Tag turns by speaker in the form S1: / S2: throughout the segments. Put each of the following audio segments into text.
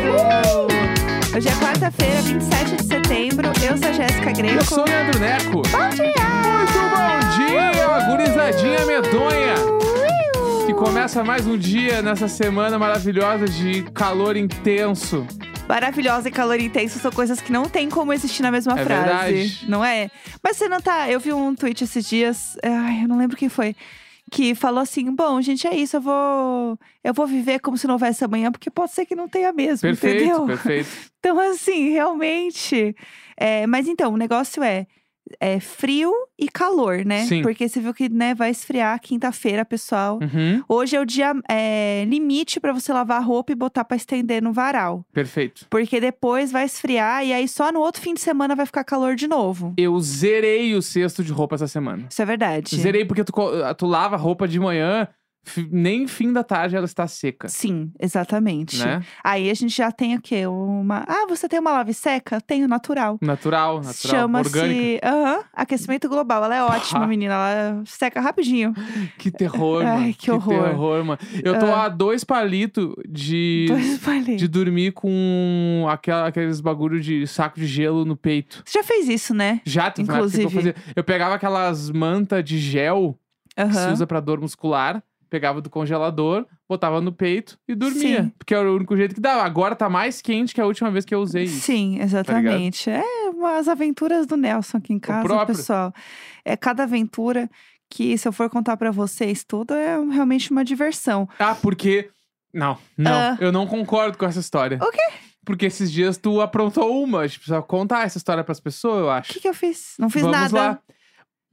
S1: um Hoje é quarta-feira, 27 de setembro. Eu sou a Jéssica Greco.
S2: Eu sou o Leandro Neco.
S1: Bom dia!
S2: Muito bom dia, gurizadinha medonha. Que começa mais um dia nessa semana maravilhosa de calor intenso.
S1: Maravilhosa e calor intenso são coisas que não tem como existir na mesma
S2: É
S1: frase.
S2: verdade.
S1: Não é? Mas você não tá. Eu vi um tweet esses dias, ai, eu não lembro quem foi. Que falou assim: bom, gente, é isso, eu vou. Eu vou viver como se não houvesse amanhã, porque pode ser que não tenha mesmo,
S2: Perfeito,
S1: entendeu?
S2: perfeito.
S1: Então, assim, realmente. é, mas então, o negócio é, é frio e calor, né?
S2: Sim.
S1: Porque você viu que né, vai esfriar quinta-feira, pessoal.
S2: Uhum,
S1: Hoje é o dia é, limite pra você lavar a roupa e botar pra estender no varal.
S2: perfeito.
S1: Porque depois vai esfriar e aí só no outro fim de semana vai ficar calor de novo.
S2: Eu zerei o cesto de roupa essa semana.
S1: Isso é verdade.
S2: Zerei porque tu, co- ah, tu lava a roupa de manhã, fi- nem fim da tarde ela está seca.
S1: Sim, exatamente.
S2: Né?
S1: Aí a gente já tem o quê? Uma. Ah, você tem uma lave seca? Tenho natural.
S2: Natural, natural, orgânica. Ah.
S1: Chama-se aham, aquecimento global. Ela é ótima, menina. Ela seca rapidinho.
S2: Que terror,
S1: Ai,
S2: mano.
S1: que horror. Ah.
S2: terror, mano. Eu tô a dois palitos de
S1: Dois palhetes.
S2: de dormir com aquela, aqueles bagulho de saco de gelo no peito.
S1: Você já fez isso, né?
S2: Já tem uma época que eu
S1: Inclusive.
S2: fazia. Eu pegava aquelas mantas de gel que se
S1: Aham.
S2: usa pra dor muscular, pegava do congelador, botava no peito e dormia.
S1: Sim.
S2: Porque era o único jeito que dava. Agora tá mais quente que a última vez que eu usei isso. tá
S1: Sim, exatamente. é umas aventuras do Nelson aqui em casa,
S2: próprio.
S1: pessoal. É cada aventura que, se eu for contar pra vocês tudo, é realmente uma diversão.
S2: Ah, porque. Não, não.
S1: Ah.
S2: Eu não concordo com essa história.
S1: O
S2: quê? Porque esses dias tu aprontou uma. A gente precisa contar essa história pras pessoas, eu
S1: O
S2: acho.
S1: que, que eu fiz? Não fiz
S2: Vamos
S1: nada.
S2: lá.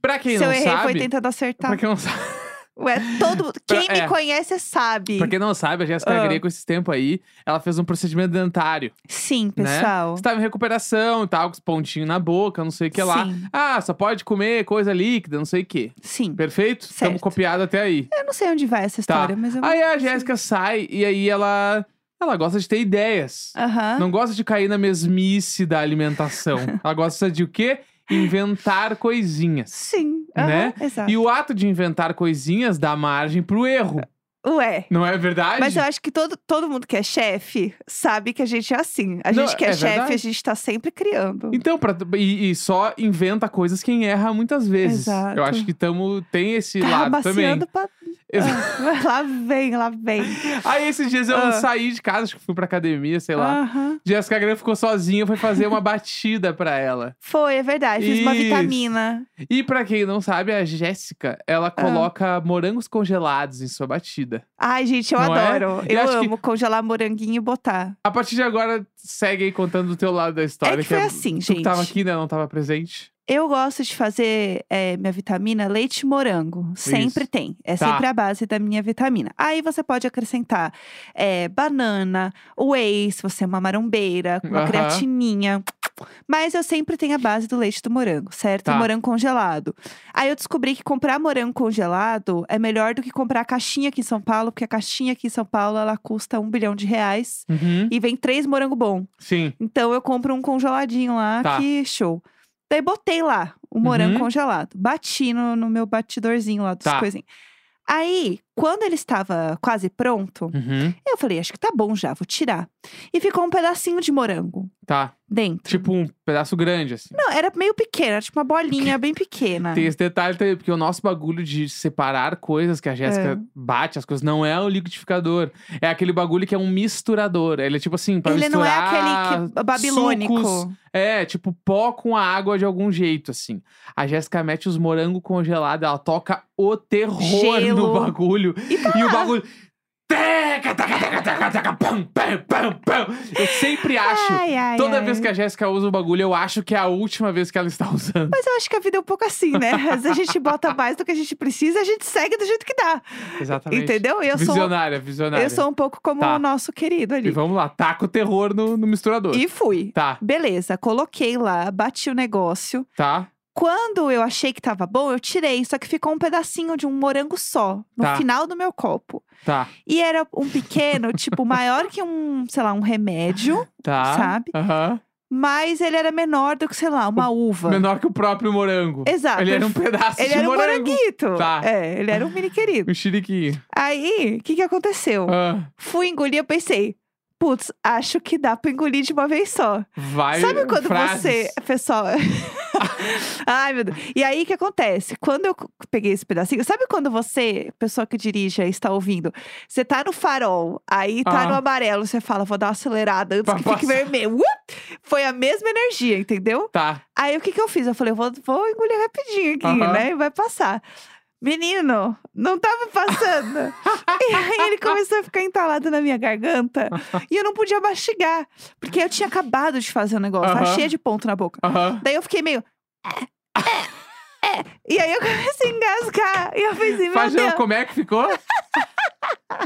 S2: Pra quem
S1: se eu
S2: não
S1: errei, foi
S2: sabe.
S1: tentando acertar.
S2: Pra quem não sabe.
S1: Ué, todo mundo.
S2: Pra-
S1: Quem me
S2: é.
S1: conhece sabe.
S2: Pra quem não sabe, a Jéssica
S1: Ah.
S2: Greco, esses tempos aí, ela fez um procedimento dentário.
S1: Sim,
S2: né?
S1: pessoal.
S2: Estava em recuperação e tal, com os pontinhos na boca, não sei o que lá.
S1: Sim.
S2: Ah, só pode comer coisa líquida, não sei o que.
S1: Sim.
S2: Perfeito? Estamos
S1: Certo. É,
S2: copiados até aí.
S1: Eu não sei onde vai essa
S2: Tá.
S1: história, mas eu.
S2: Aí a Jéssica sai e aí ela, ela gosta de ter ideias.
S1: Aham.
S2: Não gosta de cair na mesmice da alimentação. ela gosta de o quê? Inventar coisinhas.
S1: Sim.
S2: Né?
S1: aham, Exato.
S2: E o ato de inventar coisinhas dá margem pro erro.
S1: Ué.
S2: Não é verdade?
S1: Mas eu acho que todo, todo mundo que é chefe sabe que a gente é assim. A
S2: Não,
S1: gente que é,
S2: é
S1: chefe, a
S2: verdade.
S1: gente tá sempre criando.
S2: Então, pra, e, e só inventa coisas quem erra muitas vezes.
S1: Exato.
S2: Eu acho que tamo, tem esse
S1: tá
S2: lado também.
S1: baciando pra.
S2: Exa-
S1: Ah, lá vem, lá vem.
S2: Aí esses dias eu
S1: Ah.
S2: saí de casa, acho que fui pra academia, sei lá.
S1: Aham.
S2: Jéssica Grande ficou sozinha, foi fazer uma batida pra ela.
S1: Foi, é verdade. Fiz uma
S2: Isso.
S1: vitamina.
S2: E pra quem não sabe, a Jéssica,
S1: Ah.
S2: ela coloca morangos congelados em sua batida.
S1: Ai, gente, eu
S2: Não é?
S1: adoro.
S2: E
S1: Eu
S2: acho que-
S1: amo congelar moranguinho e botar.
S2: A partir de agora, segue aí contando do teu lado da história.
S1: é que foi
S2: a-
S1: assim,
S2: Tu
S1: gente.
S2: que tava aqui, né? Não tava presente.
S1: Eu gosto de fazer é, minha vitamina leite e morango. Sempre
S2: Isso.
S1: tem. É
S2: Tá.
S1: sempre a base da minha vitamina. Aí você pode acrescentar é, banana, whey, se você é uma marombeira, uma
S2: Aham.
S1: creatininha. Mas eu sempre tenho a base do leite do morango, certo? E
S2: Tá.
S1: Morango congelado. Aí eu descobri que comprar morango congelado é melhor do que comprar a caixinha aqui em São Paulo, porque a caixinha aqui em São Paulo ela custa um bilhão de reais
S2: Uhum.
S1: e vem três morango bom.
S2: Sim.
S1: Então eu compro um congeladinho lá,
S2: Tá.
S1: que show. Daí botei lá o morango
S2: Uhum.
S1: congelado. Bati no, no meu batidorzinho lá dos
S2: Tá.
S1: coisinhos. Aí, quando ele estava quase pronto,
S2: Uhum.
S1: eu falei, acho que tá bom já, vou tirar. E ficou um pedacinho de morango
S2: Tá.
S1: dentro.
S2: Tipo um pedaço grande, assim.
S1: Não, era meio pequena, tipo uma bolinha bem pequena.
S2: Tem esse detalhe também, porque o nosso bagulho de separar coisas que a Jéssica
S1: É.
S2: bate, as coisas, não é o liquidificador. É aquele bagulho que é um misturador. Ele é tipo assim, pra
S1: Ele não é
S2: misturar...
S1: aquele que, babilônico.
S2: sucos. É, tipo pó com a água de algum jeito, assim. A Jéssica mete os morangos congelados, ela toca o terror
S1: Gelo.
S2: no bagulho.
S1: E tá
S2: o bagulho... Teca, teca, teca, teca, teca, pam, pam, pam, pam. Eu sempre acho...
S1: Ai, ai,
S2: Toda
S1: ai.
S2: vez que a Jéssica usa o bagulho, eu acho que é a última vez que ela está usando.
S1: Mas eu acho que a vida é um pouco assim, né? Às vezes a gente bota mais do que a gente precisa, a gente segue do jeito que dá.
S2: Exatamente.
S1: Entendeu? Eu sou uma
S2: visionária, visionária.
S1: Eu sou um pouco como
S2: Tá.
S1: o nosso querido
S2: E
S1: ali.
S2: vamos lá, taca o terror no, no misturador.
S1: E fui.
S2: Tá,
S1: Beleza, coloquei lá, bati o negócio.
S2: tá.
S1: Quando eu achei que tava bom, eu tirei, só que ficou um pedacinho de um morango só, no
S2: Tá.
S1: final do meu copo.
S2: Tá,
S1: E era um pequeno, tipo, maior que um, sei lá, um remédio,
S2: tá.
S1: Sabe?
S2: Aham.
S1: mas ele era menor do que, sei lá, uma uva.
S2: Menor que o próprio morango.
S1: Exato.
S2: Ele era um pedaço
S1: Ele
S2: de
S1: era um
S2: morango.
S1: moranguito.
S2: Tá.
S1: É, ele era um mini querido.
S2: Um xiriquinho.
S1: Aí, o que que aconteceu?
S2: Ah,
S1: Fui engolir, eu pensei, Putz, acho que dá pra engolir de uma vez só.
S2: Vai,
S1: Sabe quando
S2: frases.
S1: você, pessoal. Ai, meu Deus. E aí, o que acontece? Quando eu c- peguei esse pedacinho, sabe quando você, pessoa que dirige aí, está ouvindo, você tá no farol, aí tá
S2: Ah.
S1: no amarelo, você fala, vou dar uma acelerada antes
S2: Pra
S1: que
S2: passar.
S1: fique vermelho. Uop! Foi a mesma energia, entendeu?
S2: Tá.
S1: Aí o que que eu fiz? Eu falei, eu vou, vou engolir rapidinho aqui,
S2: Aham.
S1: né? E vai passar. Menino, não tava passando. e aí ele começou a ficar entalado na minha garganta. e eu não podia mastigar. Porque eu tinha acabado de fazer o negócio. Tava
S2: Aham.
S1: cheia de ponto na boca.
S2: Aham.
S1: Daí eu fiquei meio... É, é, é. E aí eu comecei a engasgar. E eu pensei, meu
S2: Faz de novo,
S1: Deus.
S2: como é que ficou?
S1: Eu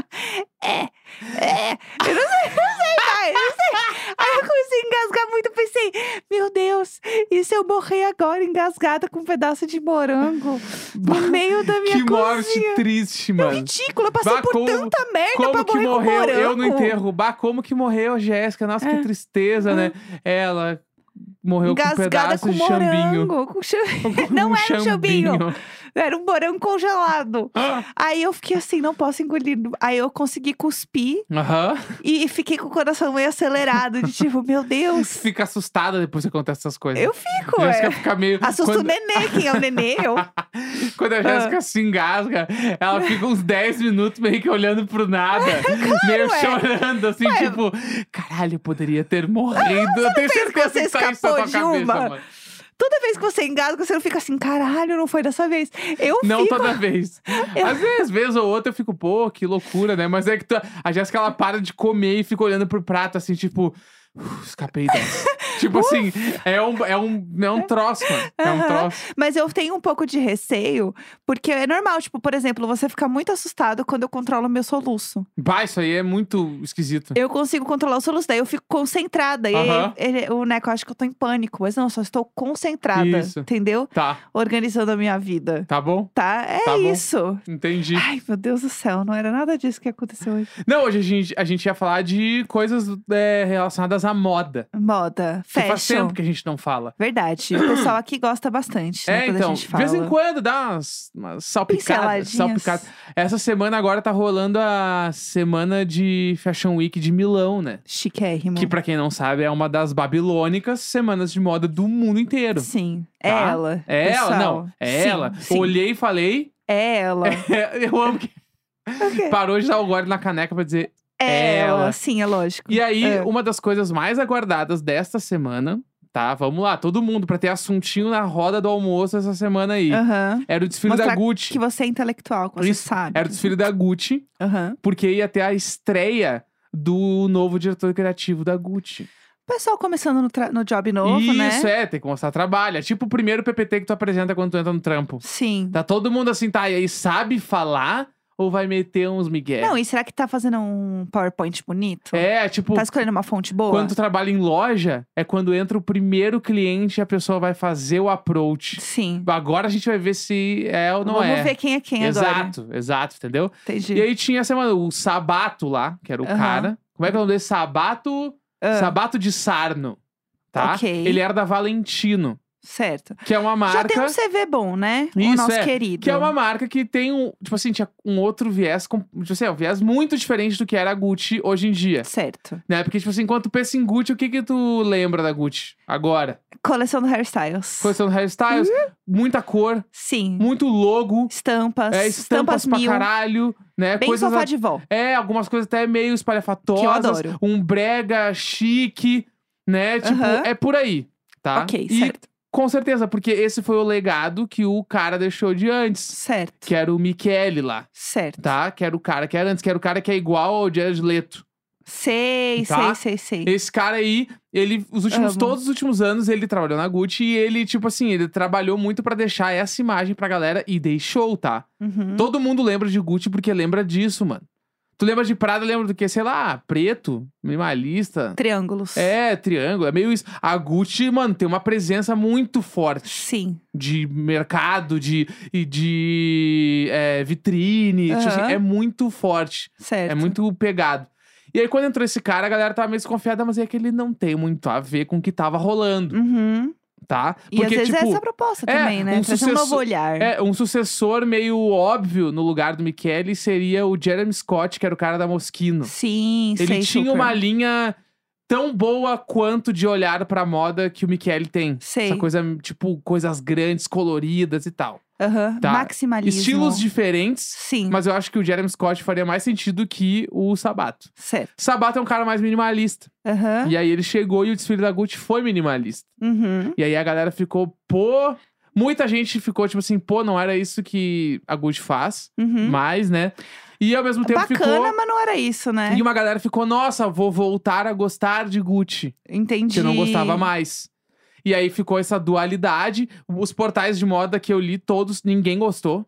S1: não sei, não sei, pai, não sei. Aí eu comecei a engasgar muito, eu pensei, meu Deus, e se eu morrer agora engasgada com um pedaço de morango no meio da minha
S2: que morte
S1: cozinha?
S2: triste, mano.
S1: Ridículo, eu passei
S2: Bah,
S1: por
S2: como-
S1: tanta merda pra
S2: Como que
S1: morrer com
S2: morreu?
S1: morango. É.
S2: Eu não enterro. Bah, como que morreu a Jéssica? Nossa, que tristeza, né? Ela morreu com um
S1: Hum. Engasgada
S2: pedaço
S1: com
S2: de chambinho.
S1: morango. Com cham- Não
S2: Um
S1: era um chambinho. Era um morango congelado.
S2: Ah,
S1: Aí eu fiquei assim, não posso engolir. Aí eu consegui cuspir
S2: Aham.
S1: e fiquei com o coração meio acelerado. De tipo, meu Deus,
S2: Fica assustada depois que acontece essas coisas.
S1: eu fico.
S2: A
S1: é.
S2: Jéssica fica meio.
S1: Assusta Ah. o
S2: quando,
S1: nenê, quem é o nenê? Eu.
S2: quando a Jéssica se engasga, ela fica uns 10 minutos meio que olhando pro nada, meio
S1: ué.
S2: chorando, assim,
S1: é. Ué.
S2: tipo, caralho, eu poderia ter morrido. Eu tenho
S1: pensa que
S2: certeza
S1: você
S2: que tá isso na
S1: escapou
S2: tua
S1: de
S2: cabeça,
S1: uma?
S2: mano.
S1: Toda vez que você engasga, você não fica assim, caralho, não foi dessa vez. Eu
S2: Não
S1: fico.
S2: toda vez.
S1: Eu-
S2: Às vezes, vez ou outra, eu fico, pô, que loucura, né? Mas é que tu- a Jéssica, ela para de comer e fica olhando pro prato, assim, tipo, "Uf, escapei dessa. tipo assim, é um, é, um, é um troço, mano. É um
S1: Aham.
S2: troço.
S1: Mas eu tenho um pouco de receio, porque é normal, tipo, por exemplo, você fica muito assustado quando eu controlo meu soluço.
S2: Bah, isso aí é muito esquisito.
S1: Eu consigo controlar o soluço, daí eu fico concentrada. E
S2: Aham.
S1: aí, ele- o Neco acha que eu tô em pânico, mas não, eu só estou concentrada,
S2: Isso.
S1: entendeu?
S2: Tá,
S1: Organizando a minha vida.
S2: tá bom?
S1: Tá? É
S2: Tá bom.
S1: isso.
S2: Entendi.
S1: Ai, meu Deus do céu, não era nada disso que aconteceu hoje.
S2: Não, hoje a gente, a gente ia falar de coisas é, relacionadas à moda.
S1: Moda,
S2: Que faz
S1: fashion.
S2: tempo que a gente não fala.
S1: Verdade. O pessoal aqui gosta bastante, né?
S2: é,
S1: quando
S2: então,
S1: a gente fala.
S2: de vez em quando dá umas, umas salpicadas.
S1: Pinceladinhas.
S2: salpicadas. Essa semana agora tá rolando a semana de Fashion Week de Milão, né?
S1: Chiquérrimo.
S2: Que pra quem não sabe é uma das babilônicas semanas de moda do mundo inteiro.
S1: Sim, é
S2: Tá?
S1: ela.
S2: É ela,
S1: pessoal.
S2: não. É
S1: Sim,
S2: ela.
S1: sim.
S2: Olhei e falei.
S1: É ela.
S2: eu amo que
S1: Ok.
S2: parou de dar o gole na caneca pra dizer.
S1: É ela.
S2: ela.
S1: Sim, é lógico.
S2: E aí,
S1: É.
S2: uma das coisas mais aguardadas desta semana, tá? Vamos lá, todo mundo, pra ter assuntinho na roda do almoço essa semana aí.
S1: Aham.
S2: Era o desfile da
S1: Mostrar
S2: Gucci.
S1: É. Que você é intelectual, que você
S2: Isso,
S1: sabe.
S2: Era o desfile da Gucci,
S1: Aham.
S2: porque ia ter a estreia do novo diretor criativo da Gucci.
S1: O pessoal começando no, tra- no job novo, né?
S2: Isso é, tem que mostrar trabalho. É tipo o primeiro PPT que tu apresenta quando tu entra no trampo.
S1: Sim.
S2: Tá todo mundo assim, tá? E aí sabe falar ou vai meter uns migué?
S1: Não, e será que tá fazendo um PowerPoint bonito?
S2: é, tipo,
S1: Tá escolhendo uma fonte boa?
S2: quando tu trabalha em loja, é quando entra o primeiro cliente e a pessoa vai fazer o approach.
S1: Sim.
S2: Agora a gente vai ver se é ou tá não
S1: Vamos
S2: é.
S1: ver quem é quem agora.
S2: exato, exato, entendeu?
S1: Entendi.
S2: E aí tinha essa, mano, o Sabato lá, que era o
S1: Aham.
S2: cara. Como é que é o nome dele? Sabato,
S1: Ah,
S2: Sabato de Sarno, tá?
S1: Ok.
S2: Ele era da Valentino,
S1: certo.
S2: que é uma
S1: Já tem
S2: marca
S1: um CV bom, né?
S2: Isso,
S1: o nosso
S2: é.
S1: querido.
S2: que é uma marca que tem um, tipo assim, tinha um outro viés, com, tipo assim, é um viés muito diferente do que era a Gucci hoje em dia,
S1: Certo.
S2: né? Porque tipo assim, quando tu pensa em Gucci, o que que tu lembra da Gucci agora?
S1: Coleção do hairstyles.
S2: Coleção de hairstyles,
S1: Hum?
S2: muita cor,
S1: Sim.
S2: muito logo,
S1: Estampas.
S2: é, estampas, pra
S1: mil.
S2: caralho, né?
S1: Bem
S2: Coisas
S1: sofá de vó.
S2: É, algumas coisas até meio espalhafatosas.
S1: Que eu adoro.
S2: Um brega chique, né? Tipo,
S1: Aham.
S2: é por aí, tá?
S1: Ok,
S2: e
S1: certo.
S2: com certeza, porque esse foi o legado que o cara deixou de antes.
S1: Certo.
S2: Que era o Michele lá,
S1: Certo.
S2: tá? Que era o cara que era antes, que era o cara que é igual ao Jared Leto.
S1: Sei,
S2: Tá?
S1: sei, sei, sei.
S2: Esse cara aí, ele, os últimos,
S1: Amo.
S2: todos os últimos anos, ele trabalhou na Gucci e ele, tipo assim, ele trabalhou muito pra deixar essa imagem pra galera e deixou, tá?
S1: Uhum.
S2: Todo mundo lembra de Gucci porque lembra disso, mano. Tu lembra de Prada, lembra do quê? Sei lá, preto, minimalista.
S1: Triângulos.
S2: É, triângulo, é meio isso. A Gucci, mano, tem uma presença muito forte
S1: Sim.
S2: de mercado, de, e de é, vitrine. tipo assim,
S1: Aham.
S2: é muito forte,
S1: Certo.
S2: é muito pegado. E aí, quando entrou esse cara, a galera tava meio desconfiada, mas é que ele não tem muito a ver com o que tava rolando.
S1: Uhum.
S2: tá?
S1: E às vezes é essa a proposta
S2: é,
S1: também, né?
S2: um
S1: Trazer um
S2: sucesso-
S1: novo olhar.
S2: É, um sucessor meio óbvio no lugar do Michele seria o Jeremy Scott, que era o cara da Moschino.
S1: Sim,
S2: Ele
S1: sei
S2: tinha
S1: super.
S2: uma linha tão boa quanto de olhar pra moda que o Michele tem.
S1: Sei.
S2: Essa coisa, tipo, coisas grandes, coloridas e tal.
S1: Aham,
S2: Tá.
S1: Maximalismo.
S2: Estilos diferentes,
S1: Sim,
S2: mas eu acho que o Jeremy Scott faria mais sentido que o Sabato.
S1: certo.
S2: Sabato é um cara mais minimalista.
S1: Aham.
S2: E aí ele chegou e o desfile da Gucci foi minimalista.
S1: Uhum.
S2: E aí a galera ficou, pô. Muita gente ficou tipo assim, pô, não era isso que a Gucci faz,
S1: Uhum. É
S2: mas, né? E ao mesmo tempo
S1: Bacana,
S2: ficou.
S1: mas não era isso, né?
S2: E uma galera ficou, nossa, vou voltar a gostar de Gucci,
S1: Entendi.
S2: que eu não gostava mais. E aí ficou essa dualidade. Os portais de moda que eu li, todos, ninguém gostou.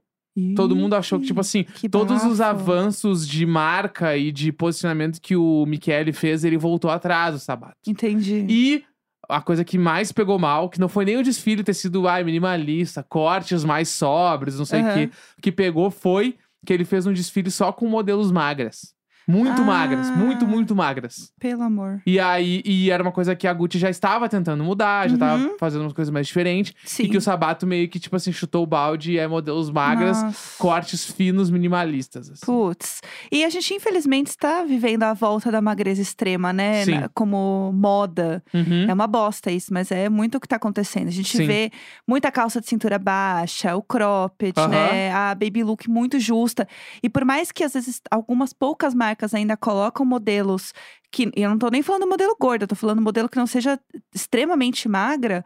S2: Todo mundo achou que, tipo assim,
S1: Que
S2: todos os
S1: bafo.
S2: avanços de marca e de posicionamento que o Michele fez, ele voltou atrás, o Sabato.
S1: Entendi.
S2: E a coisa que mais pegou mal, que não foi nem o desfile ter sido ai, minimalista, cortes mais sóbrios, não sei o
S1: Aham.
S2: quê. O que pegou foi que ele fez um desfile só com modelos magras. Muito
S1: Ah.
S2: magras, muito, muito magras.
S1: Pelo amor.
S2: E aí, e era uma coisa que a Gucci já estava tentando mudar, já
S1: Uhum.
S2: estava fazendo umas coisas mais diferentes.
S1: Sim.
S2: E que o Sabato meio que, tipo assim, chutou o balde e é modelos magras,
S1: Nossa.
S2: cortes finos, minimalistas. assim.
S1: Putz. E a gente, infelizmente, está vivendo a volta da magreza extrema, né?
S2: Sim.
S1: Na- como moda.
S2: Uhum.
S1: É uma bosta isso, mas é muito o que tá acontecendo. A gente
S2: Sim.
S1: vê muita calça de cintura baixa, o cropped,
S2: Aham.
S1: né? A baby look muito justa. E por mais que às vezes algumas poucas marcas ainda colocam modelos que e eu não tô nem falando modelo gorda, eu tô falando modelo que não seja extremamente magra.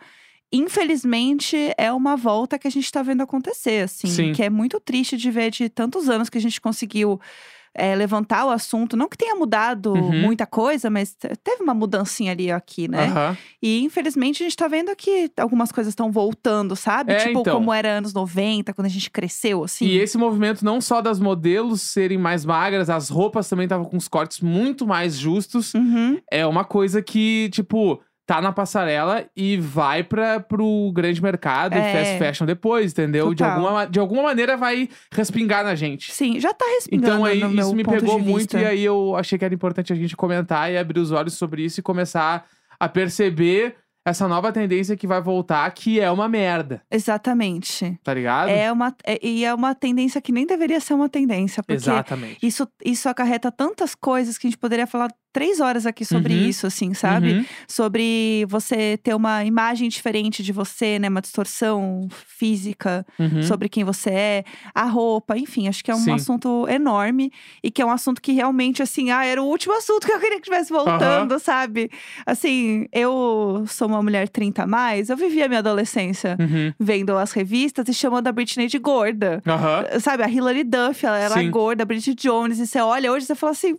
S1: Infelizmente, é uma volta que a gente tá vendo acontecer, assim.
S2: Sim.
S1: Que é muito triste de ver de tantos anos que a gente conseguiu é, levantar o assunto. Não que tenha mudado
S2: Uhum.
S1: muita coisa, mas te- teve uma mudancinha ali e aqui, né?
S2: Aham.
S1: E infelizmente a gente tá vendo que algumas coisas estão voltando, sabe?
S2: É,
S1: tipo,
S2: então.
S1: como era anos 90, quando a gente cresceu, assim.
S2: E esse movimento não só das modelos serem mais magras, as roupas também estavam com os cortes muito mais justos.
S1: Uhum,
S2: É uma coisa que, tipo, tá na passarela e vai pra, pro grande mercado
S1: É.
S2: e fast fashion depois, entendeu? De
S1: Total.
S2: alguma, ma- de alguma maneira vai respingar na gente.
S1: Sim, já tá respingando
S2: Então aí
S1: no meu
S2: isso me
S1: ponto
S2: pegou
S1: de
S2: muito
S1: vista.
S2: e aí eu achei que era importante a gente comentar e abrir os olhos sobre isso e começar a perceber essa nova tendência que vai voltar, que é uma merda,
S1: Exatamente.
S2: tá ligado?
S1: É uma, é- e é uma tendência que nem deveria ser uma tendência, porque
S2: Exatamente.
S1: isso, isso acarreta tantas coisas que a gente poderia falar três horas aqui sobre
S2: Uhum.
S1: isso, assim, sabe?
S2: Uhum.
S1: Sobre você ter uma imagem diferente de você, né? Uma distorção física.
S2: Uhum.
S1: sobre quem você é, a roupa, enfim, acho que é um
S2: Sim.
S1: assunto enorme e que é um assunto que realmente, assim, ah, era o último assunto que eu queria que tivesse voltando, sabe? Assim, eu sou uma mulher 30 a mais, eu vivi a minha adolescência
S2: Uhum.
S1: vendo as revistas e chamando a Britney de gorda.
S2: Aham.
S1: Sabe, a Hilary Duff, ela era
S2: Sim.
S1: gorda, a Britney Jones, e você olha hoje e você fala assim.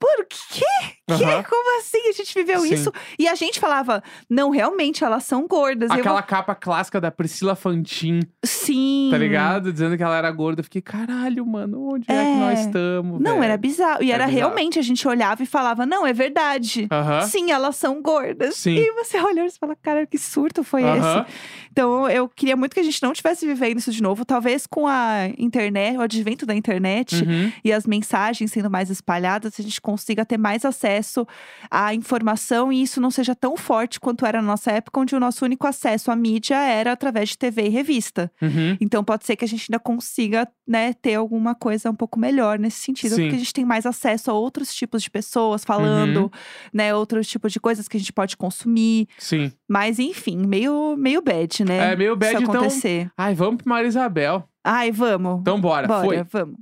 S1: Por quê? Que?
S2: Aham.
S1: Como assim? A gente viveu
S2: Sim.
S1: isso? E a gente falava, não, realmente, elas são gordas. E eu
S2: Aquela capa clássica da Priscila Fantin,
S1: Sim.
S2: tá ligado? Dizendo que ela era gorda. Eu fiquei, caralho, mano, onde é, que nós
S1: É.
S2: estamos?
S1: Não,
S2: Tipo, velho?"
S1: era bizarro. E
S2: Era
S1: era
S2: bizarro.
S1: realmente, a gente olhava e falava, não, é verdade.
S2: Aham.
S1: Sim, elas são gordas.
S2: Sim.
S1: E você olha e você fala, cara, que surto foi
S2: Aham.
S1: esse? Então, eu queria muito que a gente não tivesse vivendo isso de novo. Talvez com a internet, o advento da internet
S2: Uhum.
S1: e as mensagens sendo mais espalhadas, a gente consiga ter mais acesso à informação e isso não seja tão forte quanto era na nossa época, onde o nosso único acesso à mídia era através de TV e revista.
S2: Uhum.
S1: Então pode ser que a gente ainda consiga, né, ter alguma coisa um pouco melhor nesse sentido,
S2: Sim.
S1: porque a gente tem mais acesso a outros tipos de pessoas falando,
S2: Uhum.
S1: né, outros tipos de coisas que a gente pode consumir,
S2: Sim.
S1: mas enfim, meio meio bad, né?
S2: É, meio bad,
S1: isso
S2: então-
S1: acontecer.
S2: Ai, vamos pro Maria Isabel.
S1: Ai, vamos.
S2: Então bora,
S1: Bora,
S2: foi.
S1: vamos.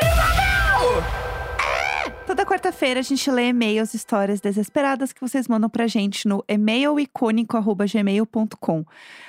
S1: É! Toda quarta-feira a gente lê e-mails, histórias desesperadas que vocês mandam pra gente no e-mailicônico.gmail.com.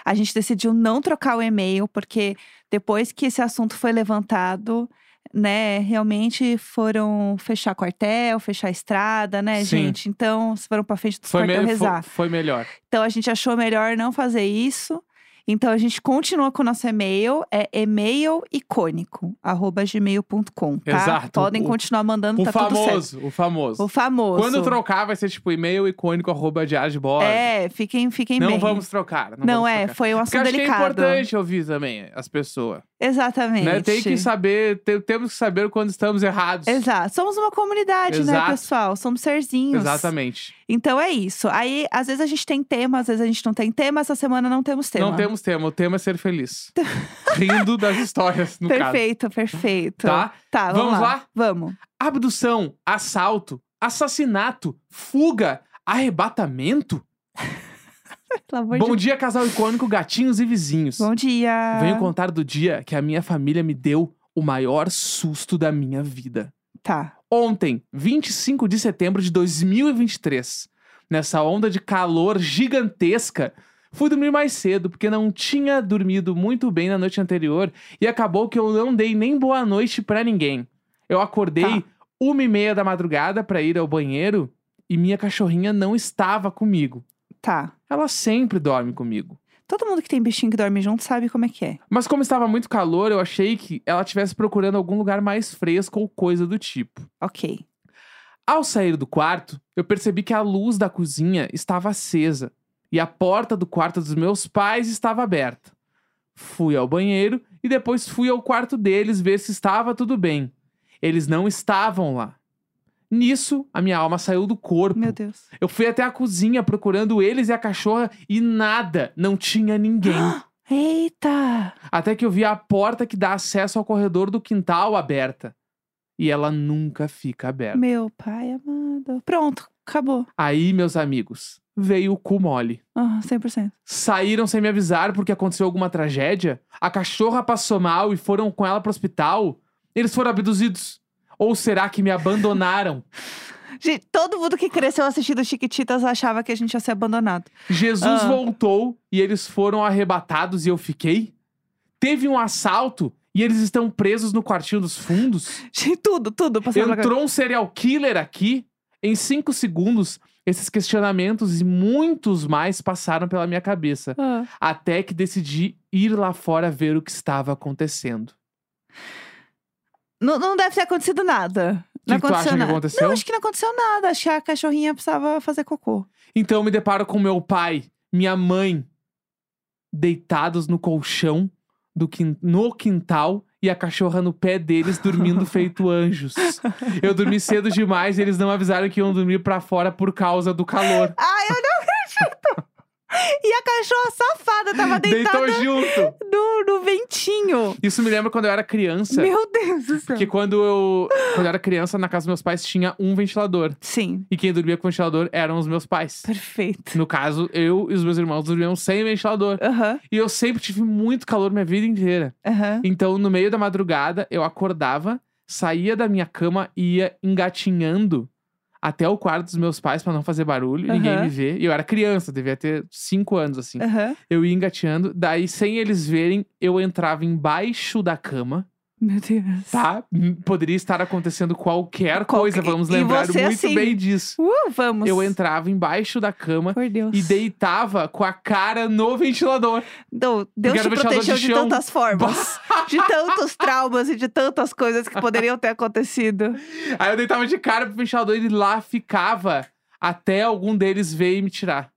S1: A gente decidiu não trocar o e-mail, porque depois que esse assunto foi levantado, né, realmente foram fechar quartel, fechar estrada, né,
S2: Sim.
S1: gente? Então, se foram pra frente dos
S2: Foi, me-
S1: quartel
S2: foi-
S1: rezar.
S2: foi melhor.
S1: Então a gente achou melhor não fazer isso. Então a gente continua com o nosso e-mail, é e-mailicônico@gmail.com, tá?
S2: Exato.
S1: Podem
S2: O-
S1: continuar mandando,
S2: O
S1: tá tudo certo.
S2: famoso, o famoso.
S1: O famoso.
S2: Quando trocar, vai ser tipo e-mail icônico arroba diário de bordo.
S1: É, fiquem, fiquem
S2: não
S1: bem.
S2: vamos trocar. Não,
S1: não
S2: vamos
S1: é,
S2: trocar.
S1: foi um
S2: Porque
S1: assunto
S2: acho que é
S1: delicado.
S2: importante ouvir também as pessoas.
S1: Exatamente.
S2: Né? Tem que saber, te- temos que saber quando estamos errados.
S1: Exato. Somos uma comunidade, né,
S2: Exato.
S1: pessoal? Somos serzinhos.
S2: Exatamente.
S1: Então é isso. Aí, às vezes a gente tem tema, às vezes a gente não tem tema. Essa semana não temos tema.
S2: Não temos tema, o tema é ser feliz. Rindo das histórias, no
S1: Perfeito, perfeito.
S2: caso. Tá?
S1: Tá, vamos,
S2: Vamos lá?
S1: Vamos.
S2: Abdução, assalto, assassinato, fuga, arrebatamento.
S1: Pelo amor
S2: Bom
S1: de
S2: dia, casal icônico, gatinhos e vizinhos.
S1: Bom dia.
S2: Venho contar do dia que a minha família me deu o maior susto da minha vida.
S1: Tá.
S2: Ontem, 25 de setembro de 2023, nessa onda de calor gigantesca, fui dormir mais cedo porque não tinha dormido muito bem na noite anterior e acabou que eu não dei nem boa noite pra ninguém. Eu acordei
S1: Tá.
S2: uma e meia da madrugada pra ir ao banheiro e minha cachorrinha não estava comigo.
S1: Tá.
S2: Ela sempre dorme comigo.
S1: Todo mundo que tem bichinho que dorme junto sabe como é que é.
S2: Mas como estava muito calor, eu achei que ela estivesse procurando algum lugar mais fresco ou coisa do tipo.
S1: Ok.
S2: Ao sair do quarto, eu percebi que a luz da cozinha estava acesa e a porta do quarto dos meus pais estava aberta. Fui ao banheiro e depois fui ao quarto deles ver se estava tudo bem. Eles não estavam lá. Nisso, a minha alma saiu do corpo.
S1: Meu Deus.
S2: Eu fui até a cozinha procurando eles e a cachorra e nada, não tinha ninguém.
S1: Eita!
S2: Até que eu vi a porta que dá acesso ao corredor do quintal aberta. E ela nunca fica aberta.
S1: Meu pai amado. Pronto, acabou.
S2: Aí, meus amigos, veio o cu mole.
S1: Ah, 100%.
S2: Saíram sem me avisar porque aconteceu alguma tragédia? A cachorra passou mal e foram com ela pro hospital? Eles foram abduzidos? Ou será que me abandonaram?
S1: Gente, todo mundo que cresceu assistindo Chiquititas achava que a gente ia ser abandonado.
S2: Jesus
S1: Ah.
S2: voltou e eles foram arrebatados e eu fiquei? Teve um assalto e eles estão presos no quartinho dos fundos?
S1: Gente, tudo, tudo passou pela
S2: Entrou um serial killer aqui. Em cinco segundos, esses questionamentos e muitos mais passaram pela minha cabeça.
S1: cabeça. Ah.
S2: Até que decidi ir lá fora ver o que estava acontecendo.
S1: Não, não deve ter acontecido nada.
S2: O
S1: não
S2: que, que tu
S1: aconteceu
S2: acha que
S1: nada.
S2: aconteceu?
S1: Não, acho que não aconteceu nada. Acho que a cachorrinha precisava fazer cocô.
S2: Então eu me deparo com meu pai, minha mãe, deitados no colchão do quin- no quintal e a cachorra no pé deles dormindo feito anjos. Eu dormi cedo demais e eles não avisaram que iam dormir pra fora por causa do calor.
S1: Ai, eu não acredito! E a cachorra safada tava deitada
S2: Deitou junto.
S1: no, no ventinho.
S2: Isso me lembra quando eu era criança.
S1: Meu Deus do céu.
S2: Porque quando eu, quando eu era criança, na casa dos meus pais tinha um ventilador.
S1: Sim,
S2: E quem dormia com ventilador eram os meus pais.
S1: perfeito.
S2: No caso, eu e os meus irmãos dormiam sem ventilador.
S1: Aham,
S2: E eu sempre tive muito calor minha vida inteira.
S1: aham.
S2: Então, no meio da madrugada, eu acordava, saía da minha cama e ia engatinhando até o quarto dos meus pais pra não fazer barulho, e ninguém
S1: Aham.
S2: me ver. E eu era criança, devia ter cinco anos assim.
S1: Aham.
S2: Eu ia engatinhando, daí sem eles verem, eu entrava embaixo da cama.
S1: Meu Deus.
S2: Tá? Hum, Poderia estar acontecendo qualquer
S1: Qual-
S2: coisa, vamos
S1: e- e
S2: lembrar
S1: você
S2: muito
S1: assim,
S2: bem disso.
S1: Uh, vamos.
S2: Eu entrava embaixo da cama
S1: Por Deus.
S2: e deitava com a cara no ventilador.
S1: Não, Deus
S2: Porque
S1: te
S2: era ventilador
S1: protegeu
S2: de
S1: de,
S2: chão.
S1: tantas formas. de tantos traumas e de tantas coisas que poderiam ter acontecido.
S2: Aí eu deitava de cara pro ventilador e lá ficava até algum deles ver e me tirar.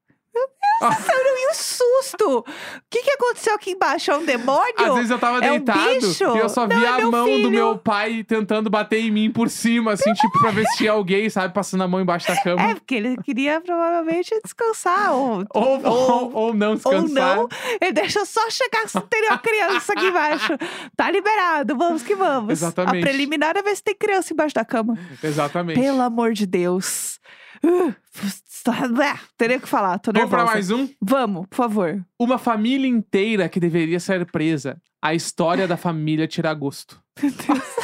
S1: E o susto! O que, que aconteceu aqui embaixo? É um demônio?
S2: Às vezes eu tava
S1: é um
S2: deitado
S1: bicho?
S2: e eu só
S1: Não,
S2: via
S1: é
S2: a
S1: meu
S2: mão
S1: filho.
S2: do meu pai tentando bater em mim por cima, assim, tipo, pra ver se tinha alguém, sabe, passando a mão embaixo da cama.
S1: É, porque ele queria provavelmente descansar. Ou,
S2: Ou, ou, ou não
S1: ou
S2: descansar.
S1: não, ele deixa só chegar se tem uma criança aqui embaixo. Tá liberado, vamos que vamos.
S2: Exatamente.
S1: A preliminar é ver se tem criança embaixo da cama.
S2: Exatamente.
S1: Pelo amor de Deus. Uh, teria o que falar, tô
S2: Vamos
S1: nervosa.
S2: pra mais um?
S1: Vamos, por favor.
S2: Uma família inteira que deveria ser presa. A história da família Tiragosto.
S1: Meu Deus.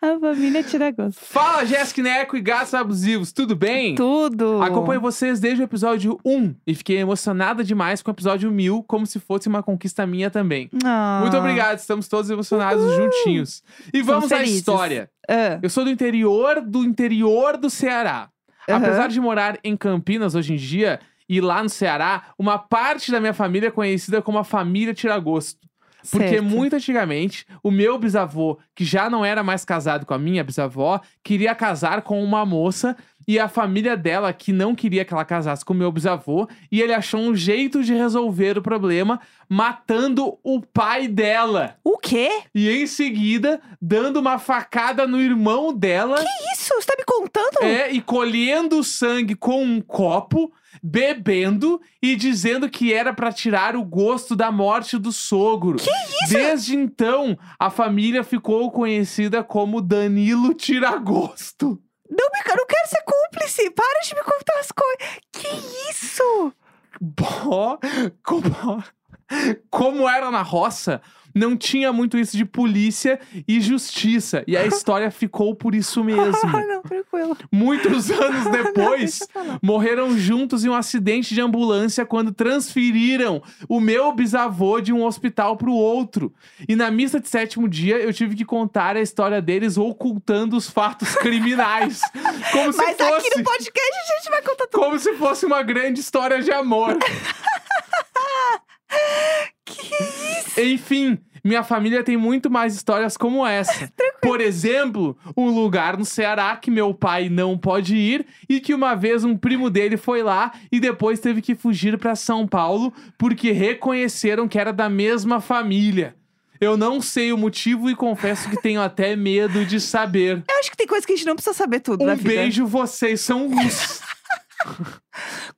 S1: A família tira gosto.
S2: Fala, Jéssica Neco e gatos abusivos, tudo bem?
S1: Tudo.
S2: Acompanho vocês desde o episódio 1 e fiquei emocionada demais com o episódio 1000, como se fosse uma conquista minha também.
S1: Ah.
S2: Muito obrigado, estamos todos emocionados juntinhos. E vamos à
S1: felizes.
S2: história.
S1: Ah,
S2: Eu sou do interior do interior do Ceará.
S1: Aham.
S2: Apesar de morar em Campinas hoje em dia e lá no Ceará, uma parte da minha família é conhecida como a família Tiragosto. Porque
S1: Certo.
S2: muito antigamente, o meu bisavô, que já não era mais casado com a minha bisavó, queria casar com uma moça e a família dela, que não queria que ela casasse com o meu bisavô, e ele achou um jeito de resolver o problema matando o pai dela.
S1: O quê?
S2: E em seguida, dando uma facada no irmão dela
S1: Isso, você tá me contando?
S2: é, e colhendo o sangue com um copo, bebendo e dizendo que era pra tirar o gosto da morte do sogro. Que isso? Desde então, a família ficou conhecida como Danilo Tiragosto.
S1: Não, me, eu não quero ser cúmplice. Para de me contar as coisas. Que isso?
S2: Bó, como, como era na roça, não tinha muito isso de polícia e justiça. E a história ficou por isso mesmo.
S1: Ah, não, tranquilo.
S2: Muitos anos
S1: Não,
S2: depois,
S1: deixa pra lá.
S2: morreram juntos em um acidente de ambulância quando transferiram o meu bisavô de um hospital para o outro. E na missa de sétimo dia, eu tive que contar a história deles ocultando os fatos criminais. como se
S1: Mas
S2: fosse
S1: aqui no podcast a gente vai contar tudo.
S2: como se fosse uma grande história de amor. Enfim, minha família tem muito mais histórias como essa. Por exemplo, um lugar no Ceará que meu pai não pode ir e que uma vez um primo dele foi lá e depois teve que fugir para São Paulo porque reconheceram que era da mesma família. Eu não sei o motivo e confesso que tenho até medo de saber.
S1: Eu acho que tem coisa que a gente não precisa saber tudo na
S2: Um
S1: vida.
S2: beijo, vocês são uns.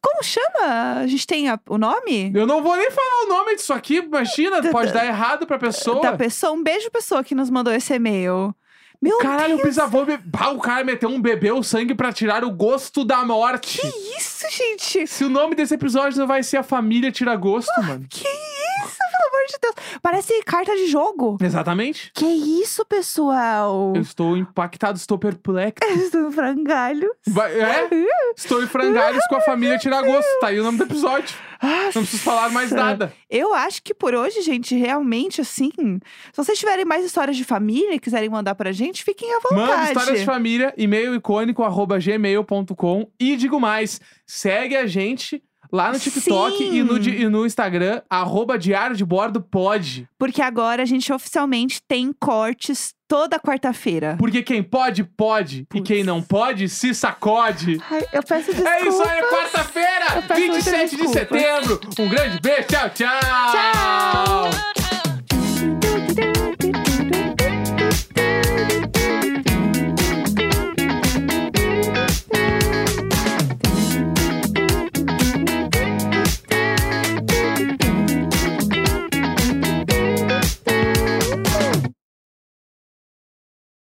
S1: Como chama? A gente tem a- o nome?
S2: Eu não vou nem falar o nome disso aqui, imagina,
S1: Da-
S2: pode
S1: da-
S2: dar errado pra pessoa.
S1: Da pessoa. Um beijo, pessoa que nos mandou esse e-mail. Meu
S2: Caralho, um o
S1: Deus,
S2: bisavô. Be... Bah, o cara meteu um bebê o sangue pra tirar o gosto da morte.
S1: que isso, gente?
S2: Se o nome desse episódio não vai ser A Família Tira Gosto, mano.
S1: Que isso, pelo amor de Deus. Parece carta de jogo.
S2: Exatamente.
S1: Que isso, pessoal?
S2: Eu estou impactado, estou perplexo.
S1: Estou no frangalho.
S2: Vai- É? Estou em frangalhos com a família Tira Gosto. Tá aí o nome do episódio. Ah, Não preciso falar mais nada.
S1: Eu acho que por hoje, gente, realmente assim. Se vocês tiverem mais histórias de família e quiserem mandar pra gente, fiquem à vontade.
S2: Manda histórias de família, e-mail icônico, arroba gmail.com. E digo mais, segue a gente lá no TikTok
S1: Sim.
S2: e no, di- e no Instagram, arroba diário de bordo pode.
S1: Porque agora a gente oficialmente tem cortes toda quarta-feira.
S2: Porque quem pode, pode. E
S1: Putz.
S2: quem não pode, se sacode.
S1: Ai, eu peço desculpa.
S2: É isso aí, quarta-feira,
S1: Eu peço muita
S2: 27 de
S1: desculpa.
S2: setembro. Um grande beijo, tchau, tchau.
S1: Tchau.